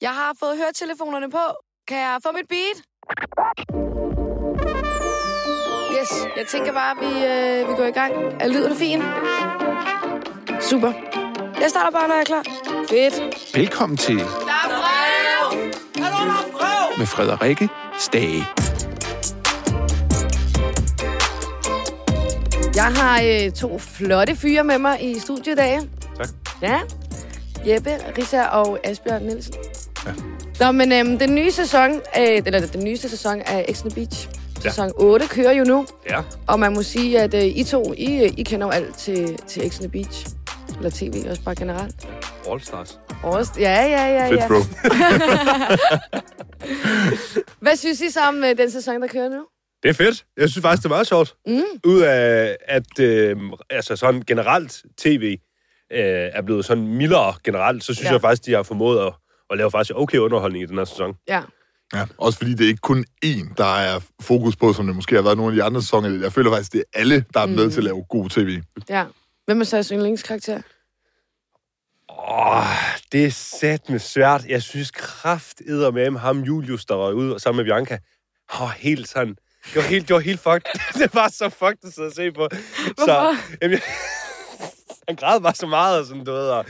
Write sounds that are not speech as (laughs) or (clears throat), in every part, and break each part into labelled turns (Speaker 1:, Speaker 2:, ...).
Speaker 1: Jeg har fået høretelefonerne på. Kan jeg få mit beat? Yes, jeg tænker bare, at vi, øh, vi går i gang. Er lyden fin? Super. Jeg starter bare, når jeg er klar. Fedt.
Speaker 2: Velkommen til
Speaker 1: Der er brev!
Speaker 2: med Frederikke Stage.
Speaker 1: Jeg har øh, to flotte fyre med mig i studiet i dag.
Speaker 3: Tak.
Speaker 1: Ja. Jeppe, Risa og Asbjørn Nielsen. Ja. Nå, men øhm, den nye sæson, øh, eller den nyeste sæson af X on the Beach,
Speaker 3: Ja.
Speaker 1: sæson 8, kører jo nu.
Speaker 3: Ja.
Speaker 1: Og man må sige, at øh, I to, I, øh, I kender jo alt til, til X on the Beach. Eller tv, også bare generelt.
Speaker 3: All Stars.
Speaker 1: Årst. Ja, ja, ja, ja. (laughs) Hvad synes I så om øh, den sæson, der kører nu?
Speaker 3: Det er fedt. Jeg synes faktisk, det er meget sjovt.
Speaker 1: Mm.
Speaker 3: Ud af, at øh, altså sådan generelt tv øh, er blevet sådan mildere generelt, så synes
Speaker 1: Ja.
Speaker 3: ja. jeg faktisk, de har formået at, at lave faktisk okay underholdning i den her sæson.
Speaker 1: Ja.
Speaker 4: Ja, også fordi det er ikke kun én, der er fokus på, som det måske har været nogle af de andre sæsoner. Jeg føler faktisk, det er alle, der er med
Speaker 1: Mm.
Speaker 4: til at lave god tv.
Speaker 1: Ja. Hvem er så jeres yndlingskarakter?
Speaker 3: Åh, det er sat med svært. Jeg synes kraft med ham Julius, der røg ud sammen med Bianca. Han var helt sådan... Det var helt, det var helt fucked. (laughs) det var så fucked at sidde og se på.
Speaker 1: Hvorfor?
Speaker 3: Så, jamen, jeg, (laughs) han græd bare så meget, og sådan, du ved, og,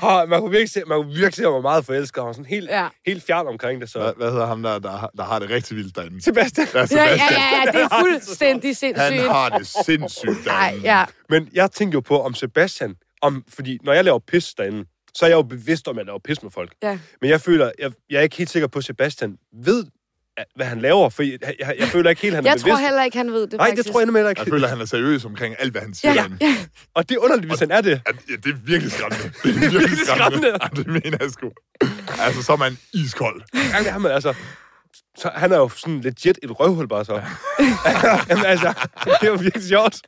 Speaker 3: og man kunne virkelig se, man kunne virkelig se, at han var meget forelsket, og han var sådan helt,
Speaker 1: Ja.
Speaker 3: ja. helt fjern omkring det, så...
Speaker 4: Hvad, hvad hedder ham, der, der, har- der har det rigtig vildt derinde?
Speaker 3: Sebastian.
Speaker 4: Ja,
Speaker 1: Ja, ja,
Speaker 4: Sebastian.
Speaker 1: ja, ja, det er fuldstændig
Speaker 4: Han
Speaker 1: sindssygt.
Speaker 4: har det
Speaker 1: (laughs)
Speaker 4: sindssygt
Speaker 1: Nej,
Speaker 4: derinde.
Speaker 1: ja.
Speaker 3: Men jeg tænkte jo på, om Sebastian... Om, fordi når jeg laver pis derinde, så er jeg jo bevidst om, at jeg laver pis med folk.
Speaker 1: Ja.
Speaker 3: Men jeg føler, jeg, jeg er ikke helt sikker på, at Sebastian ved, at- hvad han laver, for jeg, jeg, jeg føler ikke helt, han er
Speaker 1: Jeg
Speaker 3: bevidst.
Speaker 1: tror heller ikke, han ved det,
Speaker 3: Nej,
Speaker 1: faktisk.
Speaker 3: det tror jeg nemlig heller
Speaker 4: Jeg
Speaker 3: ikke.
Speaker 4: føler, han er seriøs omkring alt, hvad han siger.
Speaker 1: Ja,
Speaker 4: Ja.
Speaker 1: ja.
Speaker 3: Og det er underligt, hvis han
Speaker 1: (laughs)
Speaker 3: er det.
Speaker 4: Ja, det er virkelig skræmmende. Det er virkelig skræmmende. Ja, det mener jeg sgu. Altså, så er man iskold.
Speaker 3: Han, han, er altså, så, han er jo sådan legit et røvhul bare så. (laughs) Jamen, altså, det er jo virkelig sjovt.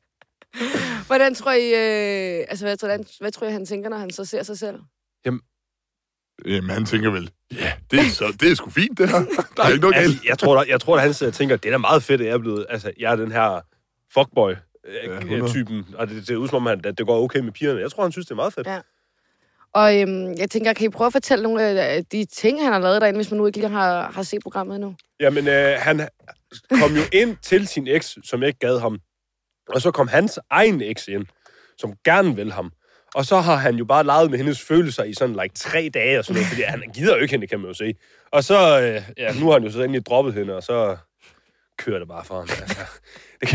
Speaker 1: Hvordan tror I, øh, altså, hvad, tror, hvordan, hvad tror I, han tænker, når han så ser sig selv?
Speaker 4: Jamen, han tænker vel, ja, det er, så, det er sgu fint, det her. Der er ikke noget galt.
Speaker 3: Altså, jeg tror, der, jeg tror, at han sidder og tænker, det er da meget fedt, at jeg er blevet... Altså, jeg er den her
Speaker 4: hundrede.
Speaker 3: fuckboy-typen, og det ser ud som om, han- at det går okay med pigerne. Jeg tror, han synes, det er meget fedt.
Speaker 1: Ja. Og øhm, jeg tænker, kan I prøve at fortælle nogle af øh, de ting, han har lavet derinde, hvis man nu ikke lige har, har set programmet endnu?
Speaker 3: Jamen, øh, han kom jo ind til sin eks, som ikke gad ham. Og så kom hans egen eks ind, som gerne vil ham. Og så har han jo bare leget med hendes følelser i sådan like tre dage og sådan noget, fordi han gider jo ikke hende, kan man jo se. Og så, øh, ja, nu har han jo så endelig droppet hende, og så kører det bare for ham. Altså, det,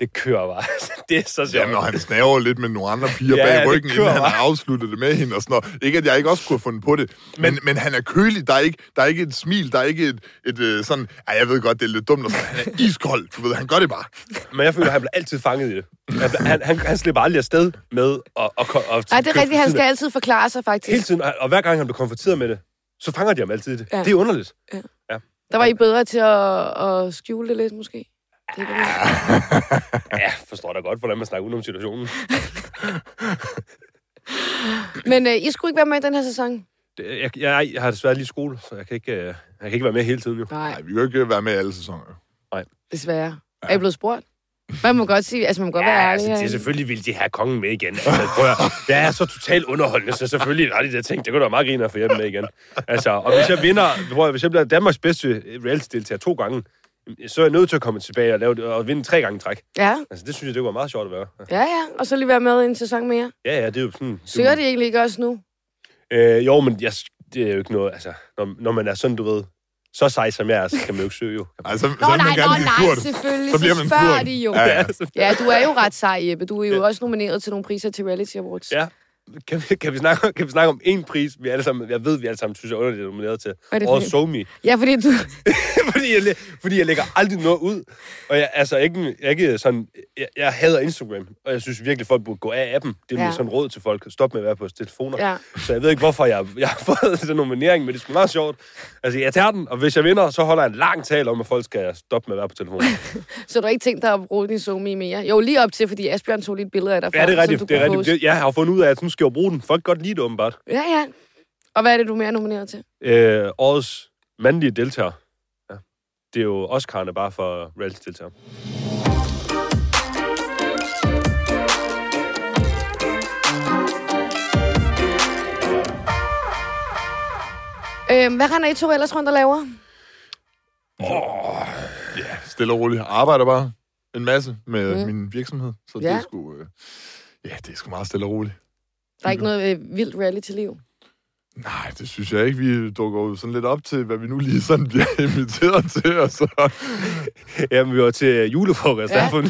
Speaker 3: det kører bare. (laughs) Det er så sjovt.
Speaker 4: Jamen, og han snaver lidt med nogle andre piger
Speaker 3: Ja,
Speaker 4: ja, bag
Speaker 3: det
Speaker 4: ryggen,
Speaker 3: kører
Speaker 4: inden han
Speaker 3: bare.
Speaker 4: har afsluttet det med hende og sådan noget. Ikke, at jeg ikke også kunne have fundet på det, men, men han er kølig. Der er, ikke, der er ikke et smil, der er ikke et, et øh, sådan... Ej, jeg ved godt, det er lidt dumt, og sådan. Han er iskold, du ved, han gør det bare.
Speaker 3: Men jeg føler, at han bliver altid fanget i det. Han, bliver- han, han, han slipper aldrig afsted med at... at, at, at
Speaker 1: Nej, det er rigtigt. Han skal altid forklare sig,
Speaker 3: Hele
Speaker 1: faktisk.
Speaker 3: tiden, og, og hver gang han bliver konfronteret med det, så fanger de ham altid i det.
Speaker 1: Ja.
Speaker 3: Ja. Det er underligt.
Speaker 1: Der var I bedre til at, at skjule det lidt, måske. Det kan man-
Speaker 4: Ah.
Speaker 3: Ja, forstår da godt, hvordan man snakker udenom situationen.
Speaker 1: Men øh, I skulle ikke være med i den her sæson?
Speaker 3: Det- Jeg, jeg, jeg har desværre lige skole, så jeg kan ikke, øh, jeg kan ikke være med hele tiden jo.
Speaker 1: Nej,
Speaker 4: Nej, vi kan jo ikke øh, være med i alle sæsoner.
Speaker 1: desværre. Er I blevet spurgt? Man må godt sige, altså man må godt være ærlig.
Speaker 3: altså, det er
Speaker 1: herinde.
Speaker 3: selvfølgelig ville de have kongen med igen. Altså, prøv at, høre, det er så totalt underholdende, så selvfølgelig har de der ting. Det kunne da være meget griner at få hjem med igen. Altså, og hvis jeg vinder, prøv, at- hvis jeg bliver Danmarks bedste reality-deltager to gange, så er jeg nødt til at komme tilbage og, lave, det- og vinde tre gange i træk.
Speaker 1: Ja,
Speaker 3: Altså, det synes jeg, det kunne være meget sjovt at være.
Speaker 1: ja, ja. Og så lige være med i en sæson mere.
Speaker 3: Ja, ja, det er jo sådan... det er jo-
Speaker 1: Søger de egentlig ikke også nu?
Speaker 3: Øh, jo, men jeg, det er jo ikke noget, altså, når, når man er sådan, du ved, så sej som jeg er, så kan man jo ikke søge jo.
Speaker 4: Ej, så,
Speaker 1: Nå,
Speaker 4: så vil
Speaker 1: nej,
Speaker 4: man gerne
Speaker 1: nå,
Speaker 4: blive
Speaker 1: nej,
Speaker 4: spurgt.
Speaker 1: selvfølgelig.
Speaker 4: Så bliver man
Speaker 1: spørger
Speaker 4: spurgt.
Speaker 1: de jo.
Speaker 4: Ja, ja.
Speaker 1: Ja, du er jo ret sej, Jeppe. Du er jo også nomineret til nogle priser til Reality Awards.
Speaker 3: Ja. Kan vi, kan, vi snakke, kan vi snakke om en pris, vi alle sammen, jeg ved, vi alle sammen synes er underligt nomineret til?
Speaker 1: er det for
Speaker 3: Og
Speaker 1: en?
Speaker 3: (laughs) SoMe.
Speaker 1: ja fordi du...
Speaker 3: fordi, jeg, læ- fordi jeg lægger aldrig noget ud. Og jeg, altså, ikke, jeg, ikke sådan, jeg, jeg hader Instagram, og jeg synes virkelig, folk burde gå af appen. Det er
Speaker 1: Ja.
Speaker 3: ja. sådan råd til folk. Stop med at være på telefoner.
Speaker 1: Ja.
Speaker 3: Så jeg ved ikke, hvorfor jeg, jeg har (laughs) fået den nominering, men det er sgu meget sjovt. Altså, jeg tager den, og hvis jeg vinder, så holder jeg en lang tale om, at folk skal stoppe med at være på telefonen.
Speaker 1: Så du har ikke tænkt dig at bruge din Zoom i mere? Jo, lige op til, fordi Asbjørn tog lige et billede af dig.
Speaker 3: Ja, det
Speaker 1: som
Speaker 3: er rigtigt.
Speaker 1: du
Speaker 3: Det er
Speaker 1: kunne
Speaker 3: rigtigt.
Speaker 1: poste.
Speaker 3: Det, jeg har fundet ud af, at nu skal jeg jo bruge den. Folk kan godt lide det, åbenbart.
Speaker 1: Ja, ja. Og hvad er det, du er mere nomineret til?
Speaker 3: Øh, årets mandlige deltager. Ja. Det er jo Oscar'erne bare for reality-deltager.
Speaker 1: Øhm, hvad render I to ellers rundt og laver?
Speaker 4: Ja, stille og roligt. Jeg Arbejder bare en masse med
Speaker 1: Mm.
Speaker 4: mm. min virksomhed. Så ja. det
Speaker 1: Ja.
Speaker 4: er sgu... Øh, ja, det er sgu meget stille og roligt.
Speaker 1: Der er ikke
Speaker 3: Mhm.
Speaker 1: noget øh, vildt reality-liv.
Speaker 4: Nej, det synes jeg ikke. Vi dukker jo sådan lidt op til, hvad vi nu lige sådan (laughs) bliver inviteret til. Og så.
Speaker 3: Jamen, vi var til julefrokost.
Speaker 1: Ja.
Speaker 3: Ja.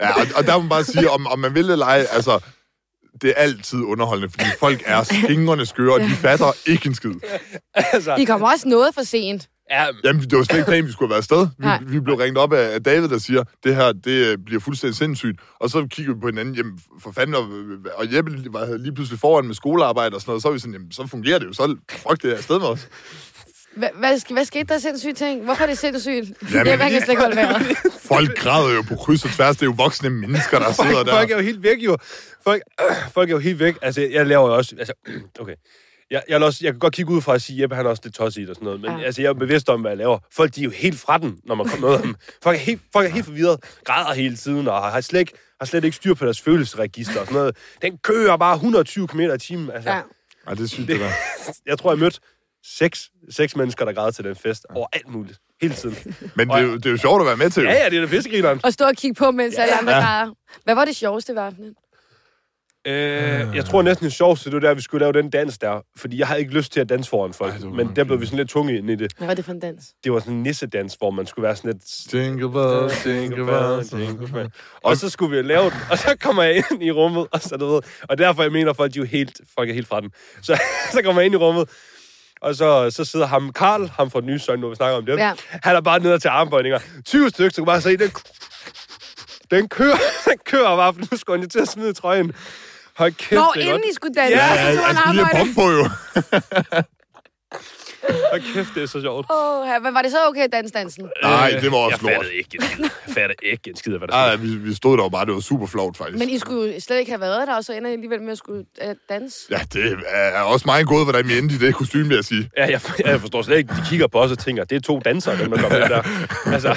Speaker 4: Ja, og, og der må man bare sige, om, om man vil eller ej, altså, det er altid underholdende, fordi folk er skingrende skøre, og de fatter ikke en skid.
Speaker 3: altså,
Speaker 1: I kommer også noget for sent.
Speaker 3: (laughs) ja,
Speaker 4: Jamen, det var slet ikke planen, vi skulle have været afsted.
Speaker 1: Nej.
Speaker 4: Vi, vi blev ringet op af, af David, der siger, det her det øh, bliver fuldstændig sindssygt. Og så kigger vi på hinanden, jamen, for fanden, og, og Jeppe var lige pludselig foran med skolearbejde og sådan noget, så er vi sådan, jamen, så fungerer det jo, så fuck det her afsted med os.
Speaker 1: Hva- Hvad, sk- hvad skete der sindssygt ting? Hvorfor er det sindssygt?
Speaker 4: Jamen,
Speaker 1: det er man kan slet ikke holde vejret.
Speaker 4: Folk græder jo på kryds og tværs, det er jo voksne mennesker, der sidder
Speaker 3: folk,
Speaker 4: der.
Speaker 3: folk er jo helt væk, jo. Folk, folk er jo helt væk. Altså, jeg laver jo også... Altså, (clears throat) okay. Jeg, jeg, vil også, jeg kan godt kigge ud fra at sige, at Jeppe han er også lidt tosset i det og sådan noget, men
Speaker 1: Ja.
Speaker 3: ja. altså, jeg er bevidst om, hvad jeg laver. Folk de er jo helt fra den, når man kommer med dem. Folk er helt, folk er helt forvirret, græder hele tiden, og har slet, ikke, har slet ikke styr på deres følelsesregister og sådan noget. Den kører bare 120 km i timen. Altså,
Speaker 1: Ja.
Speaker 3: (laughs) ja.
Speaker 4: Ej, det er sygt, det der.
Speaker 3: Jeg tror, jeg mødte seks, seks mennesker, der græd til den fest over alt muligt. Hele
Speaker 4: (laughs)
Speaker 3: tiden.
Speaker 4: Men det er, jo, det er jo sjovt at være med til. jo.
Speaker 3: Ja, ja, det er da fiskegrineren.
Speaker 1: Og stå og kigge på, mens alle andre græder. Hvad var det sjoveste ved aftenen?
Speaker 3: Øh, jeg tror næsten det sjoveste, det var der, vi skulle lave den dans der. Fordi jeg havde ikke lyst til at danse foran folk.
Speaker 4: Ej, det var
Speaker 3: men der blev vi sådan lidt tunge ind i det.
Speaker 1: Hvad var det for en dans?
Speaker 3: Det var sådan en nissedans, hvor man skulle være sådan lidt...
Speaker 4: Jingle bells, jingle bells.
Speaker 3: Og så skulle vi lave den, og så kommer jeg ind i rummet, og så du ved, og derfor jeg mener folk, de er jo helt, folk er helt fra den. Så, (laughs) så kommer jeg ind i rummet, og så, så sidder ham, Karl, ham fra den nye søgn, når vi snakker om det,
Speaker 1: Ja.
Speaker 3: han er bare nede til armbøjninger. 20 stykker, så kan man bare se, den, den kører, (laughs) den kører bare, for nu skulle han jo til at smide trøjen. Hold kæft,
Speaker 1: Nå,
Speaker 3: det er
Speaker 1: inden
Speaker 3: godt.
Speaker 1: I skulle danse,
Speaker 3: Ja,
Speaker 1: ja,
Speaker 4: Ja,
Speaker 1: så tog han
Speaker 4: altså, lige at
Speaker 1: arbejde.
Speaker 4: bombe på jo.
Speaker 3: Øh, Hold kæft, det er så sjovt.
Speaker 1: Åh, ja, men var det så okay, dansdansen?
Speaker 3: Altså-
Speaker 4: Nej, det var også
Speaker 3: jeg
Speaker 4: lort.
Speaker 3: fattede ikke en skid. Jeg fattede ikke en skid af, hvad der
Speaker 4: Nej,
Speaker 3: skete.
Speaker 4: vi, vi stod der jo bare, det var super flot faktisk.
Speaker 1: Men I skulle jo slet ikke have været der, og så ender I alligevel med at skulle øh, danse.
Speaker 4: Ja, det er også meget godt, hvordan vi endte i det kostume, vil jeg sige.
Speaker 3: Ja, jeg, jeg forstår slet ikke. De kigger på os og tænker, det er to dansere, dem der kommer ind der. Altså,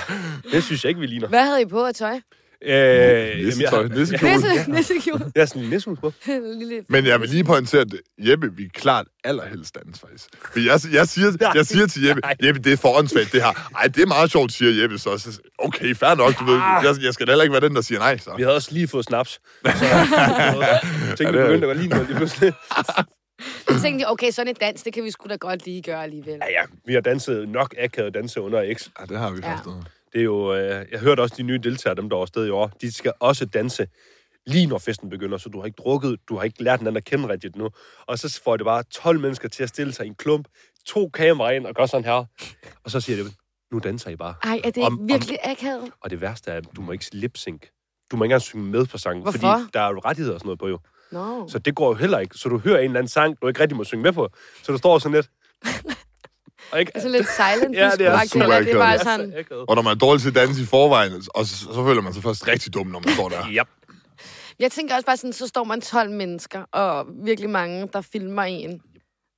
Speaker 3: det synes jeg ikke, vi ligner.
Speaker 1: Hvad havde I på af tøj?
Speaker 3: Øh, jamen,
Speaker 4: Nissetøj,
Speaker 3: jeg,
Speaker 4: nissekjole.
Speaker 1: Nisse, (laughs) nissekjole.
Speaker 3: jeg er sådan en nissehus på.
Speaker 1: Lille-
Speaker 4: Men jeg vil lige pointere, at Jeppe, vi er klart allerhelst dans, faktisk. For jeg, jeg, siger, jeg siger til Jeppe,
Speaker 3: Nej.
Speaker 4: Jeppe, det er for åndssvagt, det her. Ej, det er meget sjovt, siger Jeppe så. så okay, fair nok, du ved.
Speaker 3: Ah.
Speaker 4: Jeg, jeg skal da heller ikke være den, der siger nej,
Speaker 3: Vi
Speaker 4: så.
Speaker 3: havde også lige fået
Speaker 4: (laughs)
Speaker 3: snaps. Så, jeg tænkte, vi
Speaker 4: det er-
Speaker 3: begyndte at være lige noget lige pludselig.
Speaker 1: Så tænkte jeg, okay, sådan et dans, det kan vi sgu da godt lige gøre alligevel.
Speaker 3: Ja, ja, vi har danset nok akavet danse under X.
Speaker 4: Ja, det har vi
Speaker 1: Ja.
Speaker 4: faktisk.
Speaker 3: Det er jo, øh, jeg hørte også de nye deltagere, dem der var afsted i år, de skal også danse lige når festen begynder, så du har ikke drukket, du har ikke lært hinanden at kende rigtigt nu. Og så får det bare 12 mennesker til at stille sig i en klump, to kameraer ind og gør sådan her. Og så siger det, nu danser I bare.
Speaker 1: Ej, er det
Speaker 4: Om-
Speaker 1: ikke
Speaker 4: om-
Speaker 1: virkelig akavet?
Speaker 3: Og det værste er, at du må ikke lipsync. Du må ikke engang synge med på sangen,
Speaker 1: Hvorfor?
Speaker 3: fordi der er jo rettigheder og sådan noget på jo.
Speaker 1: Nå.
Speaker 3: Så det går jo heller ikke. Så du hører en eller anden sang, du ikke rigtig må synge med på. Så du står
Speaker 1: (laughs)
Speaker 3: sådan lidt... Og ikke...
Speaker 1: Altså lidt altså silent.
Speaker 3: Ja, det er
Speaker 1: disco-agtigt,
Speaker 4: super
Speaker 1: eller Det
Speaker 4: akavet.
Speaker 1: var
Speaker 3: så
Speaker 1: sådan,
Speaker 3: akavet.
Speaker 4: Og når man er dårlig til at danse i forvejen, og så, så føler man sig først rigtig dum, når man står der.
Speaker 3: Ja.
Speaker 1: Jeg tænker også bare sådan, så står man 12 mennesker, og virkelig mange, der filmer en.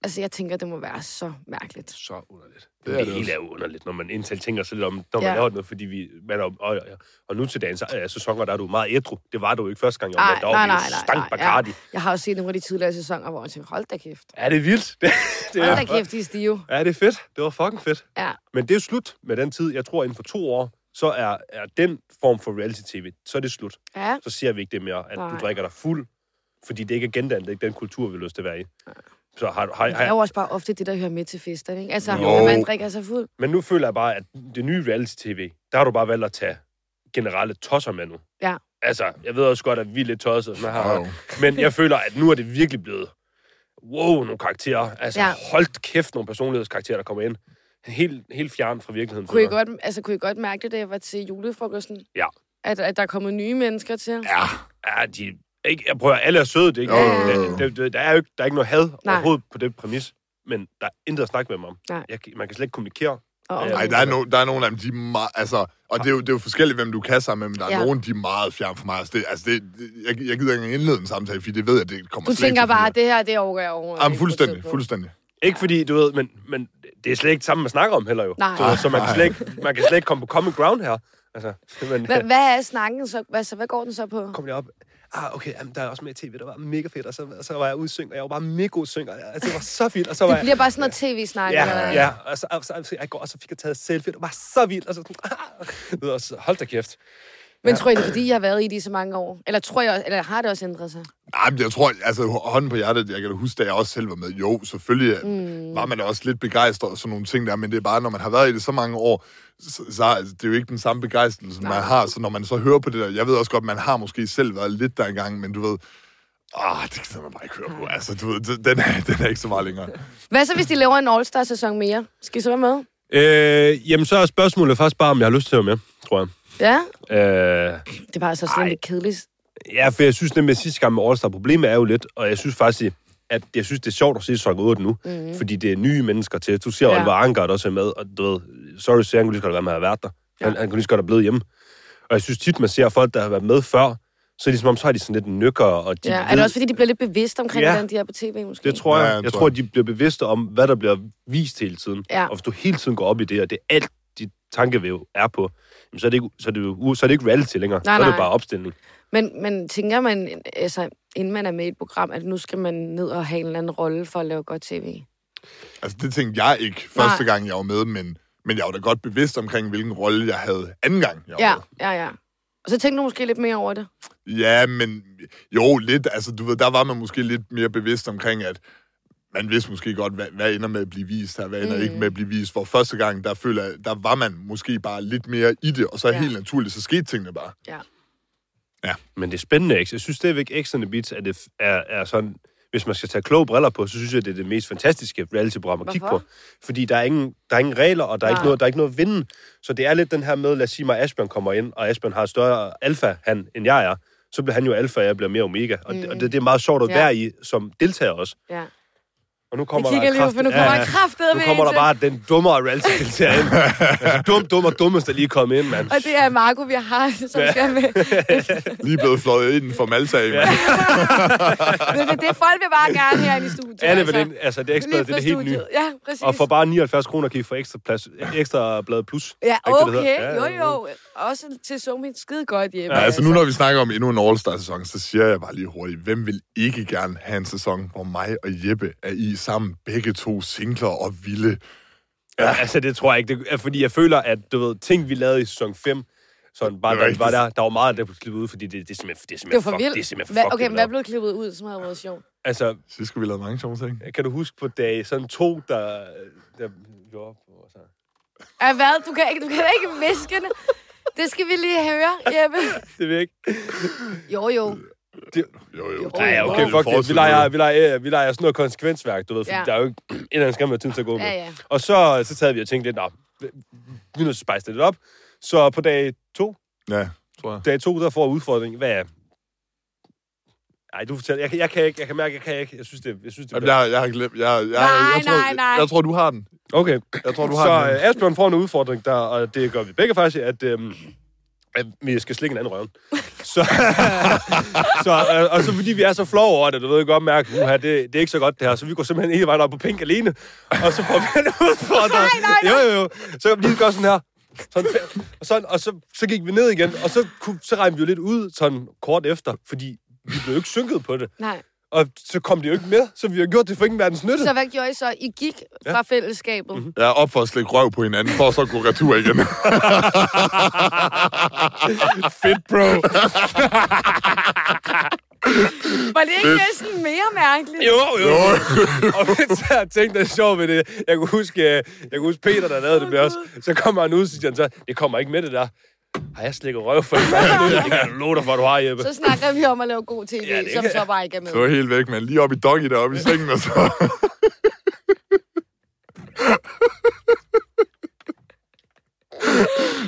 Speaker 1: Altså, jeg tænker, det må være så mærkeligt.
Speaker 3: så underligt.
Speaker 4: Det
Speaker 3: Det,
Speaker 4: er
Speaker 3: det,
Speaker 4: det
Speaker 3: det hele er jo underligt, når man indtil tænker sig lidt om, når man
Speaker 1: Ja.
Speaker 3: laver noget, fordi vi... Man er, og, og, og, nu til dagens øh, sæsoner, der er du meget ædru. Det var du jo ikke første gang, jeg var
Speaker 1: Ej,
Speaker 3: med. Der var vi jo
Speaker 1: ja.
Speaker 3: stank Bacardi.
Speaker 1: Jeg har jo set nogle af de tidligere sæsoner, hvor jeg tænkte, hold da kæft.
Speaker 3: Er det vildt? (laughs) Det, det
Speaker 1: Hold
Speaker 3: er,
Speaker 1: da kæft, de er stive.
Speaker 3: Ja, det er fedt. Det var fucking fedt.
Speaker 1: Ja.
Speaker 3: Men det er jo slut med den tid. Jeg tror, inden for to år, så er, er den form for reality-tv, så er det slut.
Speaker 1: ja.
Speaker 3: Så ser vi ikke det mere, at Nej.
Speaker 1: Nej.
Speaker 3: du drikker dig fuld, fordi det ikke er gendannet, det er ikke den kultur, vi har lyst til at være i. Så har, har,
Speaker 1: Det er jo
Speaker 3: har,
Speaker 1: også bare ofte det, der hører med til festerne, ikke? Altså,
Speaker 4: Jo.
Speaker 1: når man drikker sig fuld.
Speaker 3: men nu føler jeg bare, at det nye reality-tv, der har du bare valgt at tage generelle tosser med nu.
Speaker 1: Ja.
Speaker 3: Altså, jeg ved også godt, at vi er lidt tossede, sådan her,
Speaker 4: Wow.
Speaker 3: men jeg føler, at nu er det virkelig blevet, wow, nogle karakterer. Altså,
Speaker 1: Ja.
Speaker 3: ja. hold kæft, nogle personlighedskarakterer, der kommer ind. Helt, helt fjern fra virkeligheden.
Speaker 1: Kunne I,
Speaker 3: føler jeg.
Speaker 1: godt, altså, kunne I godt mærke det, da jeg var til julefrokosten?
Speaker 3: Ja.
Speaker 1: At, at der er kommet nye mennesker til?
Speaker 4: Ja,
Speaker 3: Ja, de... Ikke, jeg prøver, alle er søde, det er ikke?
Speaker 4: Jo,
Speaker 3: Ja,
Speaker 4: jo, jo.
Speaker 3: Det, det, der er jo ikke, der er ikke noget had
Speaker 1: Nej.
Speaker 3: Nej. overhovedet på det præmis, men der er intet at snakke med dem om.
Speaker 1: Nej.
Speaker 3: Jeg, kan- man kan slet ikke kommunikere.
Speaker 1: Og
Speaker 3: Ja.
Speaker 4: Nej, der er, no, der er nogle af dem, de er meget, altså, og det er, jo, det er jo forskelligt, hvem du kan sammen med, men der er
Speaker 1: Ja.
Speaker 4: ja. nogen, de er meget fjern for mig. Altså, det, altså det, det- jeg, jeg gider ikke engang indlede en samtale, fordi det ved jeg, det kommer
Speaker 1: Du
Speaker 4: slet ikke
Speaker 1: tænker
Speaker 4: til at
Speaker 1: bare,
Speaker 4: fungere.
Speaker 1: det her, det overgår jeg overhovedet.
Speaker 4: Jamen,
Speaker 1: ikke på
Speaker 4: fuldstændig,
Speaker 1: tidspunkt.
Speaker 4: fuldstændig.
Speaker 3: Ikke fordi, du ved, men, men det er slet ikke sammen, man snakker om heller jo.
Speaker 1: Nej.
Speaker 3: Så, så man,
Speaker 4: Nej.
Speaker 3: kan slet ikke, man kan slet ikke komme på common ground her. Altså, men,
Speaker 1: Hva- Hvad er snakken så? Hvad, så, hvad går den så på?
Speaker 3: kom det op. ah, okay, jamen, der er også med i tv, der var mega fedt, og så, og så var jeg udsynk, og jeg var bare mega god synger. Altså, det var så fedt, og så var
Speaker 1: Det
Speaker 3: jeg...
Speaker 1: bliver bare sådan noget tv-snak.
Speaker 3: Ja,
Speaker 1: eller-
Speaker 3: ja, og så, og så, og så, jeg går, og så fik jeg taget selfie, det var så vildt, og så, ah, og så hold da kæft.
Speaker 1: Men tror I, det er, fordi jeg har været i det i så mange år? Eller tror jeg, eller har det også ændret sig?
Speaker 4: Nej, men jeg tror, altså hånden på hjertet, jeg kan da huske, da jeg også selv var med. Jo, selvfølgelig mm. var man da også lidt begejstret og sådan nogle ting der, men det er bare, når man har været i det så mange år, så, så er det er jo ikke den samme begejstring, som man har. Så når man så hører på det der, jeg ved også godt, man har måske selv været lidt der engang, men du ved, ah, det kan man bare ikke høre på. Altså, du ved, det- den er, den er ikke så meget længere.
Speaker 1: Hvad så, hvis de laver en All-Star-sæson mere? Skal I så være med?
Speaker 3: Øh, jamen, så er spørgsmålet faktisk bare, om jeg har lyst til at være med, tror jeg.
Speaker 1: Ja?
Speaker 3: Øh,
Speaker 1: Det var altså også lidt kedeligt.
Speaker 3: ja, for jeg synes nemlig, at sidste gang med All Star, problemet er jo lidt, og jeg synes faktisk, at jeg synes, det er sjovt at se sæson 8 nu, mm-hmm. fordi det er nye mennesker til. Du ser,
Speaker 1: Mhm. Ja.
Speaker 3: ja. Oliver Angard også er med, og du ved, sorry, så han kunne lige så godt have været med at have været der. Han, han kunne lige så godt have blevet hjemme. Og jeg synes tit, man ser folk, der har været med før, så er det som om, så har de sådan lidt nykker, og de
Speaker 1: Ja, er
Speaker 3: ved,
Speaker 1: det også, fordi de bliver lidt bevidste omkring,
Speaker 3: Ja.
Speaker 1: hvordan de er på tv, måske?
Speaker 3: Det tror jeg.
Speaker 4: Ja,
Speaker 3: Ja,
Speaker 4: jeg
Speaker 3: jeg,
Speaker 4: tror
Speaker 3: tror, at de bliver bevidste om, hvad der bliver vist hele tiden.
Speaker 1: Ja.
Speaker 3: Og hvis du hele tiden går op i det, og det er alt, dit tankevæv er på, jamen, så, er det ikke, så, er det, jo u- så er det ikke reality længere.
Speaker 1: Nej,
Speaker 3: så er
Speaker 1: nej.
Speaker 3: det bare opstilling.
Speaker 1: Men, men tænker man, altså, inden man er med i et program, at nu skal man ned og have en eller anden rolle for at lave godt tv?
Speaker 4: Altså, det tænkte jeg ikke første
Speaker 1: Nej.
Speaker 4: gang, jeg var med, men, men jeg var da godt bevidst omkring, hvilken rolle jeg havde anden gang, jeg var
Speaker 1: Ja,
Speaker 4: med.
Speaker 1: ja, ja. Og så tænk nu måske lidt mere over det.
Speaker 4: Ja, men jo, lidt. Altså, du ved, der var man måske lidt mere bevidst omkring, at man vidste måske godt, hvad, hvad ender med at blive vist her, hvad ender mm. ikke med at blive vist. Hvor første gang, der føler jeg, der var man måske bare lidt mere i det, og så ja.
Speaker 1: Ja.
Speaker 4: helt naturligt, så skete tingene bare.
Speaker 1: Ja.
Speaker 3: Men det er spændende, ikke? Jeg synes stadigvæk, X on the Beach er, det, f- er, er sådan... Hvis man skal tage kloge briller på, så synes jeg, det er det mest fantastiske reality-program at kigge
Speaker 1: Hvorfor?
Speaker 3: på. Fordi der er ingen, der er ingen regler, og der er, ikke
Speaker 1: Nej.
Speaker 3: noget, der er ikke noget at vinde. Så det er lidt den her med, lad os sige mig, at Asbjørn kommer ind, og Asbjørn har et større alfa han, end jeg er. Så bliver han jo alfa, og jeg bliver mere omega. Og, mm. det, og det, det, er meget sjovt at
Speaker 1: Ja.
Speaker 3: være i som deltager også.
Speaker 1: ja.
Speaker 3: Og nu kommer
Speaker 1: Jeg kigger lige,
Speaker 3: kraft-
Speaker 1: for nu kommer
Speaker 3: Ja,
Speaker 1: der
Speaker 3: ja.
Speaker 1: kraftet
Speaker 3: Nu kommer der bare den dummere reality-deltager
Speaker 1: (laughs)
Speaker 3: ind. altså, dum, dum og dummeste lige kommet ind, mand.
Speaker 1: Og det er Marco, vi har, som ja. skal med.
Speaker 4: Lige blevet fløjet ind for Malta, ja.
Speaker 1: Men det, det folk vil bare gerne her i studiet.
Speaker 3: Alle vil ind. Altså, det er
Speaker 1: Lige
Speaker 3: ekspert, det
Speaker 1: fra
Speaker 3: er det helt nye.
Speaker 1: studiet. Ja, præcis.
Speaker 3: Og for bare 79 kroner kan I få ekstra, plads, ekstra blad plus.
Speaker 1: Ja,
Speaker 3: Er ikke det, det
Speaker 1: okay.
Speaker 3: hedder?
Speaker 1: Jo, jo. Også til Zoom skide godt hjemme.
Speaker 4: Ja, altså nu når vi snakker om endnu en All-Star-sæson, så siger jeg bare lige hurtigt, hvem vil ikke gerne have en sæson, hvor mig og Jeppe er i sammen, begge to singler og vilde?
Speaker 3: Ja, altså, det tror jeg ikke. Det, er, fordi jeg føler, at du ved, ting, vi lavede i sæson 5, sådan bare,
Speaker 4: Det var
Speaker 3: der,
Speaker 4: ikke
Speaker 3: var
Speaker 4: det-
Speaker 3: der, der var meget, der blev klippet ud, fordi det, det er simpelthen, det er
Speaker 1: Det var
Speaker 3: simpelthen
Speaker 1: for
Speaker 3: fuck, det er
Speaker 1: vildt.
Speaker 3: simpelthen
Speaker 1: Hvad,
Speaker 3: fuck,
Speaker 1: okay,
Speaker 3: det, vi
Speaker 1: men hvad blev
Speaker 3: lavede.
Speaker 1: klippet ud, som havde været sjovt?
Speaker 3: Altså,
Speaker 4: Sidst skulle vi lave mange sjove ting.
Speaker 3: kan du huske på dag sådan to, der... der jo, altså.
Speaker 1: Er hvad? Du kan ikke, du kan da ikke viske det. Det skal vi lige høre, Jeppe.
Speaker 3: Det ved jeg ikke.
Speaker 1: Jo, jo.
Speaker 4: Jo, jo.
Speaker 1: Ej,
Speaker 3: Ja, okay, fuck det. Vi leger, vi, leger, øh, vi leger sådan noget konsekvensværk, du ved, fordi
Speaker 1: Ja.
Speaker 3: ja. der er jo ikke (clears throat) en eller anden skam, der tid til at gå med.
Speaker 1: Ja, ja.
Speaker 3: Og så, så sad vi og tænkte lidt, nå, vi er nødt til at spice det lidt op. Så på dag to,
Speaker 4: Ja, tror jeg.
Speaker 3: dag to, der får udfordringen, hvad er... Ej, du fortæller. Jeg, kan- jeg kan ikke. Jeg kan mærke, jeg kan ikke. Jeg synes, det, jeg synes, det
Speaker 4: Jamen, jeg, jeg har glemt. Jeg, jeg, nej, jeg, jeg,
Speaker 1: Nej,
Speaker 4: tror,
Speaker 1: nej, nej.
Speaker 4: Jeg, jeg tror, du har den.
Speaker 3: Okay.
Speaker 4: Jeg tror, du har
Speaker 3: Så
Speaker 4: den.
Speaker 3: øh, Asbjørn får en udfordring der, og det gør vi begge faktisk, at, øhm, at vi skal slikke en anden
Speaker 4: (laughs)
Speaker 3: røven. Så, (laughs) så, øh, og så fordi vi er så flove over det, du ved godt mærke, uha, det, det er ikke så godt det her, så vi går simpelthen hele vejen op på pink alene, og så får
Speaker 4: (laughs)
Speaker 3: vi en udfordring. Nej, nej, nej. Jo, jo, jo. Så kan vi lige gøre sådan her. Sådan, og sådan, og så, så gik vi ned igen, og så, kunne, så regnede vi jo lidt ud sådan kort efter, fordi vi blev jo ikke synket på det.
Speaker 1: Nej.
Speaker 3: Og så kom det jo ikke med, så vi har gjort det for ingen verdens nytte.
Speaker 1: Så hvad gjorde I så? I gik fra fællesskabet.
Speaker 3: Mhm.
Speaker 1: Mm-hmm.
Speaker 4: Jeg er op for at slække røv på hinanden, for at så gå retur
Speaker 1: (laughs)
Speaker 4: igen.
Speaker 3: Fedt, bro.
Speaker 1: Var det ikke næsten mere mærkeligt?
Speaker 3: Jo, jo. jo. (laughs) og mens jeg tænkte, det er sjovt ved det, jeg kunne huske, øh, jeg kunne huske Peter, der lavede det med os, så kommer han ud, og siger han så, det kommer ikke med det der. Har jeg slikket røv for det? Det kan jeg love dig for, at du har, Jeppe.
Speaker 1: Så snakker vi om at lave god tv,
Speaker 3: Ja,
Speaker 1: ja,
Speaker 3: det
Speaker 1: som
Speaker 3: kan-
Speaker 1: så bare ikke er med.
Speaker 4: det var helt væk, men lige op i doggy deroppe i sengen, og så... (laughs)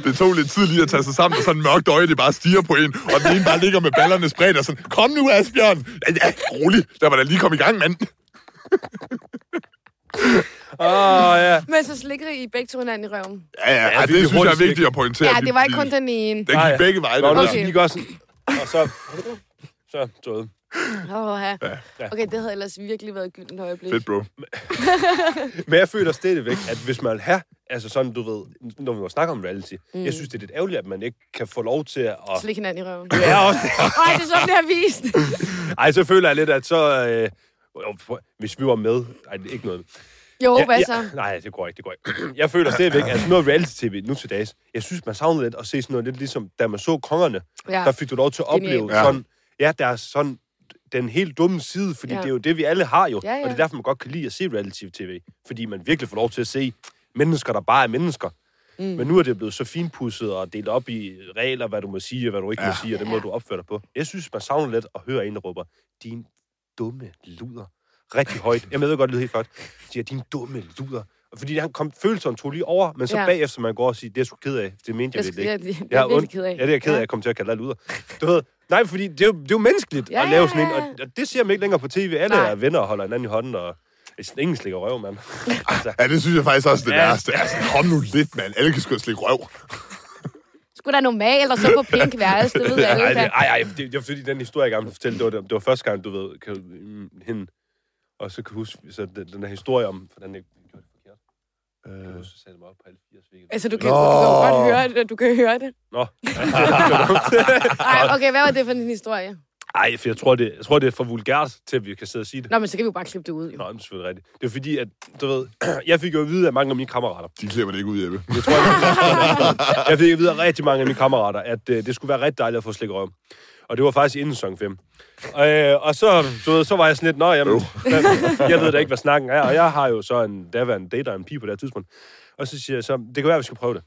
Speaker 4: Det tog lidt tid lige at tage sig sammen, og sådan en mørkt øje, det bare stiger på en, og den ene bare ligger med ballerne spredt og sådan, kom nu, Asbjørn! Ja, ja rolig, lad mig da lige komme i gang, mand.
Speaker 3: Åh, Ah, ja.
Speaker 1: Men så slikkede I begge to hinanden i røven.
Speaker 4: Ja, ja, ja
Speaker 3: fik
Speaker 4: det
Speaker 3: et
Speaker 4: synes jeg er
Speaker 3: hurtigt
Speaker 4: vigtigt at pointere.
Speaker 1: Ja, det var ikke
Speaker 4: Vi-
Speaker 1: kun den ene.
Speaker 4: Den
Speaker 3: Nej,
Speaker 4: gik
Speaker 3: ja.
Speaker 4: begge veje,
Speaker 3: Nå,
Speaker 4: den
Speaker 3: nu
Speaker 4: der.
Speaker 3: skal vi gøre sådan. Og så... Så døde.
Speaker 1: Oh, ja. Okay, det havde ellers virkelig været et gyldent øjeblik.
Speaker 4: Fedt, bro.
Speaker 3: Men jeg føler stadigvæk, at hvis man vil have, altså sådan, du ved, når vi snakker om reality, mm. jeg synes, det er lidt ærgerligt, at man ikke kan få lov til at...
Speaker 5: Slik hinanden i røven.
Speaker 3: Det er også
Speaker 5: Ej, det er sådan, det har vist.
Speaker 3: Ej, så føler jeg lidt, at så... Øh, jo, for- hvis vi var med... Ej, det er ikke noget...
Speaker 5: Jo,
Speaker 3: Ja,
Speaker 5: hvad
Speaker 3: ja,
Speaker 5: så?
Speaker 3: Nej, det går ikke, det går ikke. (clears throat) Jeg føler stadigvæk, at sådan noget reality-tv nu til dags, jeg synes, man savner lidt at se sådan noget lidt ligesom, da man så kongerne,
Speaker 5: Ja.
Speaker 3: der fik du lov til at
Speaker 5: Genialt.
Speaker 3: opleve
Speaker 4: Ja.
Speaker 3: sådan, ja, der er sådan den helt dumme side, fordi
Speaker 5: Ja.
Speaker 3: det er jo det, vi alle har jo,
Speaker 5: Ja, ja.
Speaker 3: og det er derfor, man godt kan lide at se reality-tv, fordi man virkelig får lov til at se mennesker, der bare er mennesker. Mm. Men nu er det blevet så finpudset og delt op i regler, hvad du må sige og hvad du ikke ja. må sige, og det må du opføre dig på. Jeg synes, man savner lidt at høre en, der råber, din dumme luder. Rigtig højt. Jeg ved godt, det lyder helt flot. Siger, din dumme luder. Fordi han kom, følelserne tog lige over, men så
Speaker 5: Ja.
Speaker 3: ja. bagefter man går og siger, det er jeg sgu ked af. Det mente
Speaker 5: Jeg
Speaker 3: jeg, virkelig
Speaker 5: skal-
Speaker 3: ikke.
Speaker 5: jeg- det er
Speaker 3: Jeg
Speaker 5: jeg
Speaker 3: har
Speaker 5: virkelig
Speaker 3: ondt.
Speaker 5: ked af.
Speaker 3: Ja, det er jeg ked af, at jeg kom til at kalde dig luder. Du ved, nej, fordi det er jo, det er jo menneskeligt
Speaker 5: Ja,
Speaker 3: ja, at lave
Speaker 5: ja,
Speaker 3: sådan en,
Speaker 5: ja.
Speaker 3: og- og det ser man ikke længere på tv. Alle
Speaker 5: Nej.
Speaker 3: er venner og holder hinanden i hånden, og ingen slikker røv,
Speaker 5: (laughs)
Speaker 3: mand. altså,
Speaker 4: Ja, det synes jeg faktisk også er det
Speaker 3: Ja.
Speaker 4: værste. Altså, kom nu lidt, mand. Alle kan sgu da slikke røv.
Speaker 5: Skulle da normalt, og så på pink værelse, det ved jeg
Speaker 3: ej,
Speaker 5: ikke.
Speaker 3: det, ej, ej, det, det var fordi, den historie, jeg gerne ville fortælle, det var, det var første gang, du ved, kan, mm, hende, og så kan jeg huske, så den, den her historie om, hvordan jeg gjorde det forkert. Øh. Jeg kan huske, så satte jeg mig op på alle fire svikket.
Speaker 5: Altså, du kan, du kan jo godt høre det. Du kan høre det.
Speaker 3: Nå.
Speaker 5: Ej, okay, hvad var det for en historie?
Speaker 3: (laughs) Ej, for jeg tror, det, jeg tror, det er for vulgært, til at vi kan sidde og sige det.
Speaker 5: Nå, men så kan vi jo bare klippe det ud. Jo.
Speaker 3: Nå, det er selvfølgelig rigtigt. Det er fordi, at, du ved, (clears throat) jeg fik jo at vide af mange af mine kammerater,
Speaker 4: De klipper det ikke ud, Jeppe.
Speaker 3: Jeg tror, jeg, jeg fik at vide af rigtig mange af mine kammerater, at øh, det skulle være rigtig dejligt at få slik røv. Og det var faktisk inden sæson 5. Øh, og så, du ved, så var jeg sådan lidt, nå, jamen, hvad, jeg ved da ikke, hvad snakken er. Og jeg har jo så en daværende date og en pige på det her tidspunkt. Og så siger jeg så, det kan være, at vi skal prøve det.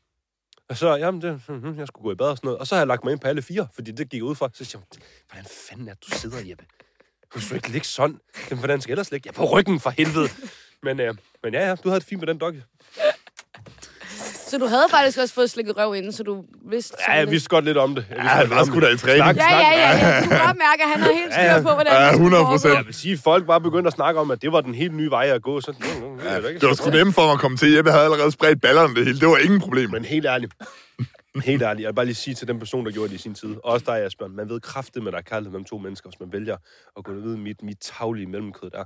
Speaker 3: Og så, jamen, det, mhm, jeg skulle gå i bad og sådan noget. Og så har jeg lagt mig ind på alle fire, fordi det gik jeg ud fra. Så siger hun, hvordan fanden er det, du sidder, Jeppe? Du skal ikke ligge sådan. Jamen, hvordan skal jeg ellers ligge? Jeg er på ryggen, for helvede. Men, øh, men ja, ja, du havde det fint med den dokke.
Speaker 5: Så du havde faktisk også fået slikket røv inden, så du vidste...
Speaker 3: Ja,
Speaker 5: sådan
Speaker 3: jeg
Speaker 5: lidt-
Speaker 3: vidste godt lidt om det. Jeg vidste godt
Speaker 4: Ja, han
Speaker 3: lidt
Speaker 4: var
Speaker 3: om
Speaker 4: sgu
Speaker 3: det.
Speaker 4: da i træning.
Speaker 5: Ja, ja, ja. ja. Du kan godt mærke, at han har helt styr på, hvordan
Speaker 4: Ja,
Speaker 5: det skal
Speaker 4: 100%.
Speaker 5: foregå.
Speaker 3: Jeg vil sige, folk var begyndt at snakke om, at det var den helt nye vej at gå. Så, "Nå, nå, det er da ikke
Speaker 4: Det var
Speaker 3: så
Speaker 4: sgu
Speaker 3: godt."
Speaker 4: nemt for mig at komme til. Jeppe havde allerede spredt ballerne det hele. Det var ingen problem.
Speaker 3: Men helt ærligt. Helt ærligt, jeg vil bare lige sige til den person, der gjorde det i sin tid, og også dig, Asbjørn, man ved kraftigt, man er kaldt mellem to mennesker, hvis man vælger at gå ned i mit, mit taglige mellemkød der.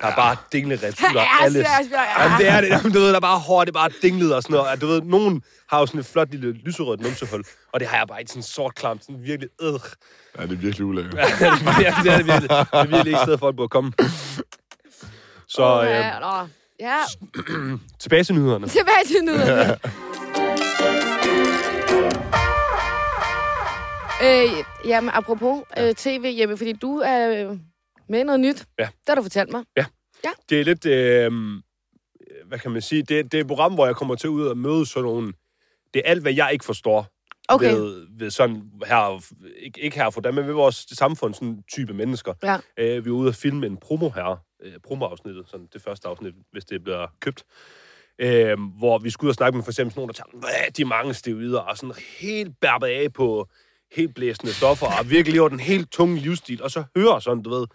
Speaker 3: Der er bare dingle retuler.
Speaker 5: Ja,
Speaker 3: alle.
Speaker 5: Asbjørn, ja.
Speaker 3: Jamen, det er det. Jamen, du ved, der er bare hårdt, det er bare dinglede og sådan noget. Og Du ved, nogen har jo sådan et flot lille lyserødt numsehul, og det har jeg bare i sådan en sort klam, sådan virkelig, øh.
Speaker 4: Ja, det er virkelig ulækkert.
Speaker 3: Ja, det er det, det er det virkelig. Det er virkelig ikke stedet folk burde komme. Så øh,
Speaker 5: Ja, nå. Ja,
Speaker 3: tilbage til nyhederne.
Speaker 5: tilbage til nyhederne. øh, jamen, apropos øh, tv, Jeppe, fordi du er øh, med i noget nyt.
Speaker 3: Ja.
Speaker 5: Det har du fortalt mig.
Speaker 3: Det er lidt, øh, hvad kan man sige, det, det er et program, hvor jeg kommer til ud og møde sådan nogle, det er alt, hvad jeg ikke forstår
Speaker 5: Okay.
Speaker 3: ved, ved sådan her, ikke, ikke her for dem, men ved vores samfund, sådan type mennesker.
Speaker 5: Ja.
Speaker 3: Øh, vi er ude og filme en promo her, øh, promoafsnittet, sådan det første afsnit, hvis det bliver købt. Øh, hvor vi skulle ud og snakke med for eksempel sådan nogen, der tager rigtig mange steroider og sådan helt bærpet af på helt blæsende stoffer og virkelig over den helt tunge livsstil, og så hører sådan, du ved,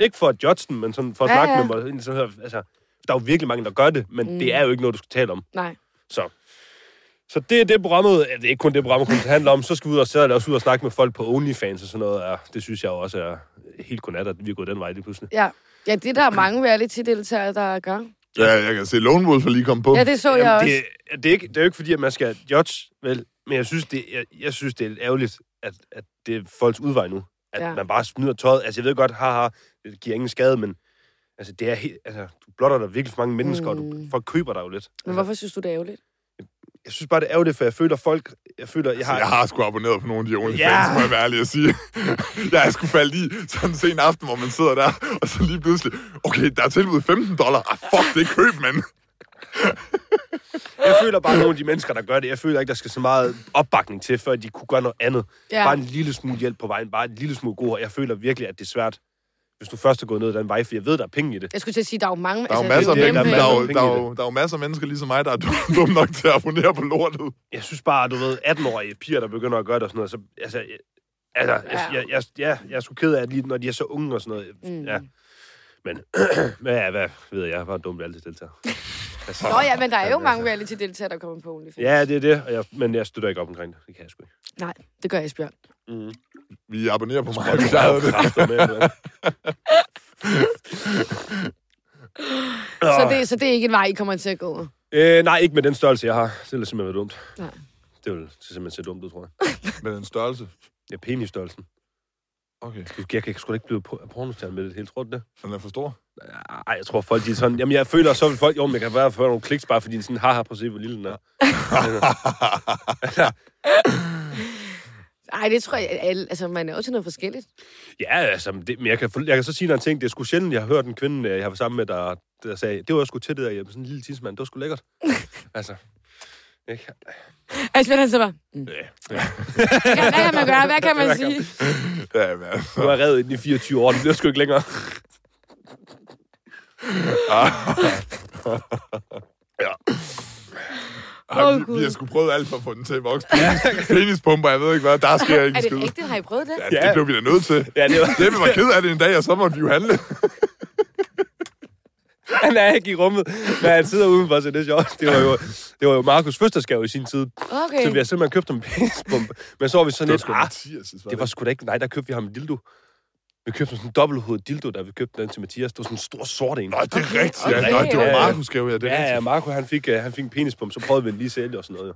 Speaker 3: ikke for at judge den, men sådan for at
Speaker 5: Ja,
Speaker 3: ja, snakke
Speaker 5: ja.
Speaker 3: med mig, egentlig så hører, altså, der er jo virkelig mange, der gør det, men mm. det er jo ikke noget, du skal tale om.
Speaker 5: Nej.
Speaker 3: Så. Så det er det programmet, ja, det er ikke kun det programmet, kun det handler om, så skal vi ud og sætte os ud og snakke med folk på OnlyFans og sådan noget. Ja, det synes jeg jo også er helt godnat, at vi er gået den vej lige pludselig.
Speaker 5: Ja. Ja, det er der er mange reality-deltagere, der gør.
Speaker 4: Ja, jeg kan se Lone Wolf er lige kommet på.
Speaker 5: Ja, det så jeg også.
Speaker 3: det, ja, det, er ikke, det er jo ikke fordi, at man skal judge, vel, men jeg synes, det, jeg, jeg synes, det er lidt ærgerligt, at, at det er folks udvej nu. At
Speaker 5: Ja.
Speaker 3: ja. man bare smider tøjet. Altså, jeg ved godt, haha, det giver ingen skade, men altså, det er helt, altså, du blotter dig virkelig for mange mennesker, mm. og du,
Speaker 5: Mm.
Speaker 3: folk køber dig jo lidt.
Speaker 5: Men
Speaker 3: Altså,
Speaker 5: hvorfor synes du, det er ærgerligt?
Speaker 3: jeg synes bare, det er ærgerligt, for jeg føler folk... Jeg føler, jeg har...
Speaker 4: Jeg har sgu abonneret på nogle af de OnlyFans,
Speaker 3: Ja.
Speaker 4: må jeg være ærlig at sige. (laughs) jeg er sgu faldet i sådan en sen aften, hvor man sidder der, og så lige pludselig, okay, der er tilbud 15 dollar. Ah, fuck, det køb, mand.
Speaker 3: Jeg føler bare, at nogle af de mennesker, der gør det, jeg føler ikke, der skal så meget opbakning til, før de kunne gøre noget andet.
Speaker 5: Ja.
Speaker 3: Ja. Bare en lille smule hjælp på vejen, bare en lille smule god. og Jeg føler virkelig, at det er svært, hvis du først er gået ned ad den vej, for jeg ved, der er penge i det.
Speaker 5: Jeg skulle til at sige, der er jo mange...
Speaker 4: Der er
Speaker 1: Altså,
Speaker 4: jo
Speaker 5: det
Speaker 4: masser af
Speaker 5: jo
Speaker 3: det,
Speaker 5: nemt,
Speaker 4: mennesker,
Speaker 5: men-
Speaker 4: der, er jo-
Speaker 3: penge i
Speaker 4: der, er
Speaker 3: det.
Speaker 4: jo- der er jo masser af mennesker ligesom mig, der er (laughs) dum- dum nok til at abonnere på lortet.
Speaker 3: Jeg synes bare, du ved, 18-årige piger, der begynder at gøre det og sådan noget, så... Altså, jeg, altså, jeg,
Speaker 5: Ja.
Speaker 3: jeg, jeg, ja, jeg er sgu ked af, at lige når de er så unge og sådan noget. Mm. Ja. Men, (clears throat) men ja, hvad ved jeg, hvor dumt alt det (laughs) deltager. Altså,
Speaker 5: Nå ja, men der er jo mange reality-deltagere, der kommer på OnlyFans.
Speaker 3: Ja, det er det, og jeg, men jeg støtter ikke op omkring det. Det kan jeg sgu ikke.
Speaker 5: Nej, det gør Esbjørn.
Speaker 4: Vi abonnerer på mig. Vi (laughs) klarer det.
Speaker 1: (laughs)
Speaker 3: med.
Speaker 5: Så det, så det er ikke en vej, I kommer til at gå.
Speaker 3: Øh, nej, ikke med den størrelse, jeg har. Det ville simpelthen være dumt.
Speaker 1: Nej.
Speaker 3: Det ville simpelthen se dumt ud, tror jeg.
Speaker 4: Med den størrelse.
Speaker 3: Ja, penisstørrelsen.
Speaker 4: Okay.
Speaker 3: Du- Jeg kan sgu da ikke blive på- pornostjerne med det hele, tror du det?
Speaker 4: Den er for stor.
Speaker 3: Nej, jeg tror folk, de er sådan... Jamen, jeg føler, så vil folk... Jo, men jeg kan være for nogle kliks, bare fordi de er sådan, haha, prøv at se, hvor lille den er.
Speaker 1: Ej, det tror jeg, alle, altså man er jo til noget forskelligt.
Speaker 3: Ja, altså, det, men jeg kan, jeg kan så sige en ting. Det er sgu sjældent, jeg har hørt en kvinde, øh, jeg var sammen med, der, der sagde, det var jeg sgu til det der hjemme. Sådan en lille tidsmand, det var
Speaker 1: (laughs)
Speaker 3: sgu lækkert. altså, ikke?
Speaker 1: Altså, men han så bare, mm.
Speaker 3: Ja.
Speaker 1: hvad hvad kan man gøre? Hvad kan man
Speaker 3: Hvad kan
Speaker 1: sige?
Speaker 4: Ja, men altså.
Speaker 3: Nu har jeg reddet den i 24 år, det bliver sgu ikke længere.
Speaker 4: (laughs) Ej,
Speaker 1: Åh,
Speaker 4: vi,
Speaker 1: Gud.
Speaker 4: vi har sgu prøvet alt for at få den til at
Speaker 1: (laughs)
Speaker 4: vokse. Penis, penispumper, jeg ved ikke hvad. Der sker ikke
Speaker 1: Er
Speaker 4: en skid.
Speaker 1: det ægte? Har I prøvet det?
Speaker 4: Ja,
Speaker 3: Ja.
Speaker 4: det blev vi da nødt til.
Speaker 3: Ja, det var,
Speaker 4: Det vi var ked af det en dag, og så måtte vi jo handle.
Speaker 3: (laughs) han er ikke i rummet, men han sidder udenfor, så det er sjovt. Det var jo, det var jo Markus' fødselsdagsgave i sin tid.
Speaker 1: Okay.
Speaker 3: Så vi har simpelthen købt ham en penispumpe. Men så var vi sådan lidt, ah,
Speaker 4: Mathias,
Speaker 3: det var sgu da ikke, nej, der købte vi ham en dildo. Vi købte sådan en dobbelthovedet dildo, da vi købte den til Mathias. Det var sådan en stor sort en.
Speaker 4: Nå, det er rigtigt. Ja,
Speaker 1: okay,
Speaker 4: Nå, det var
Speaker 3: ja, ja.
Speaker 4: Markus gave, ja, det er
Speaker 3: Ja, ja,
Speaker 4: rigtigt.
Speaker 3: Marco, han fik, øh, han fik en penispump, så prøvede vi den lige sælge og sådan noget. jo.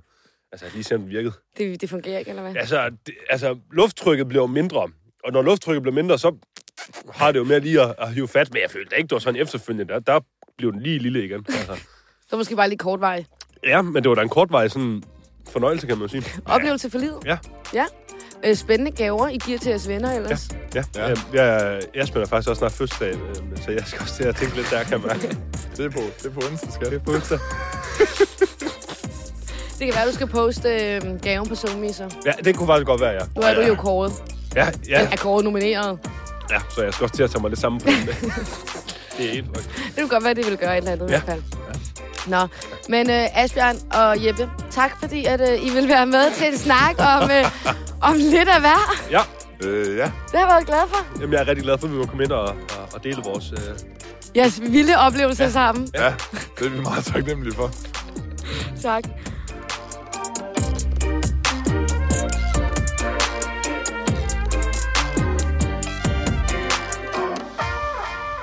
Speaker 3: Altså, lige se, om den virkede.
Speaker 1: Det, det fungerer ikke, eller hvad?
Speaker 3: Altså, det, altså, lufttrykket blev jo mindre, og når lufttrykket blev mindre, så har det jo mere lige at, at hive fat. Men jeg følte ikke, det var sådan efterfølgende. Der, der blev den lige lille igen. Altså.
Speaker 1: Det var måske bare lidt kort vej.
Speaker 3: Ja, men det var da en kort vej sådan fornøjelse, kan man jo sige.
Speaker 1: Oplevelse for livet?
Speaker 3: Ja.
Speaker 1: Ja. Øh, spændende gaver, I giver til jeres venner ellers. Ja.
Speaker 3: Ja, ja. Jeg, jeg, jeg spiller faktisk også snart fødselsdag, øh, men så jeg skal også til at tænke lidt der, kan man.
Speaker 4: Det er på, det er på onsdag, skat.
Speaker 3: på onsdag.
Speaker 1: Det kan være, du skal poste øh, gaven på Zomi, så.
Speaker 3: Ja, det kunne faktisk godt være, ja.
Speaker 1: Nu er du
Speaker 3: ja,
Speaker 1: jo kåret.
Speaker 3: Ja, ja,
Speaker 1: Er kåret nomineret.
Speaker 3: ja, så jeg skal også til at tage mig lidt sammen på
Speaker 1: (laughs)
Speaker 3: den. det er helt rigtigt.
Speaker 1: Det kunne godt være, det ville gøre et eller andet
Speaker 3: Ja.
Speaker 1: i hvert fald. Nå, men øh, Asbjørn og Jeppe, tak fordi at, øh, I vil være med til en snak om,
Speaker 3: (laughs)
Speaker 1: øh, om lidt af hver.
Speaker 3: Ja,
Speaker 4: Øh, ja.
Speaker 1: Det har jeg været glad for.
Speaker 3: Jamen, jeg er rigtig glad for, at vi må komme ind og, og, og dele vores... Øh...
Speaker 1: Jeres vilde oplevelser ja. sammen.
Speaker 4: ja, det er vi meget taknemmelige for.
Speaker 1: Tak.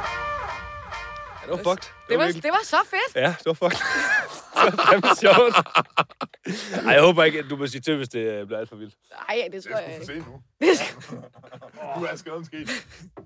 Speaker 3: Ja, det var fucked.
Speaker 1: Det var,
Speaker 3: virkelig-
Speaker 1: det var så fedt.
Speaker 3: Ja, det var fucked. (laughs) det var fandme sjovt. Ej, jeg håber ikke, at du må sige til, hvis det øh, bliver alt for vildt.
Speaker 1: (laughs) Nej, det tror jeg
Speaker 4: Se
Speaker 1: ikke.
Speaker 4: nu. Nu er skaden sket.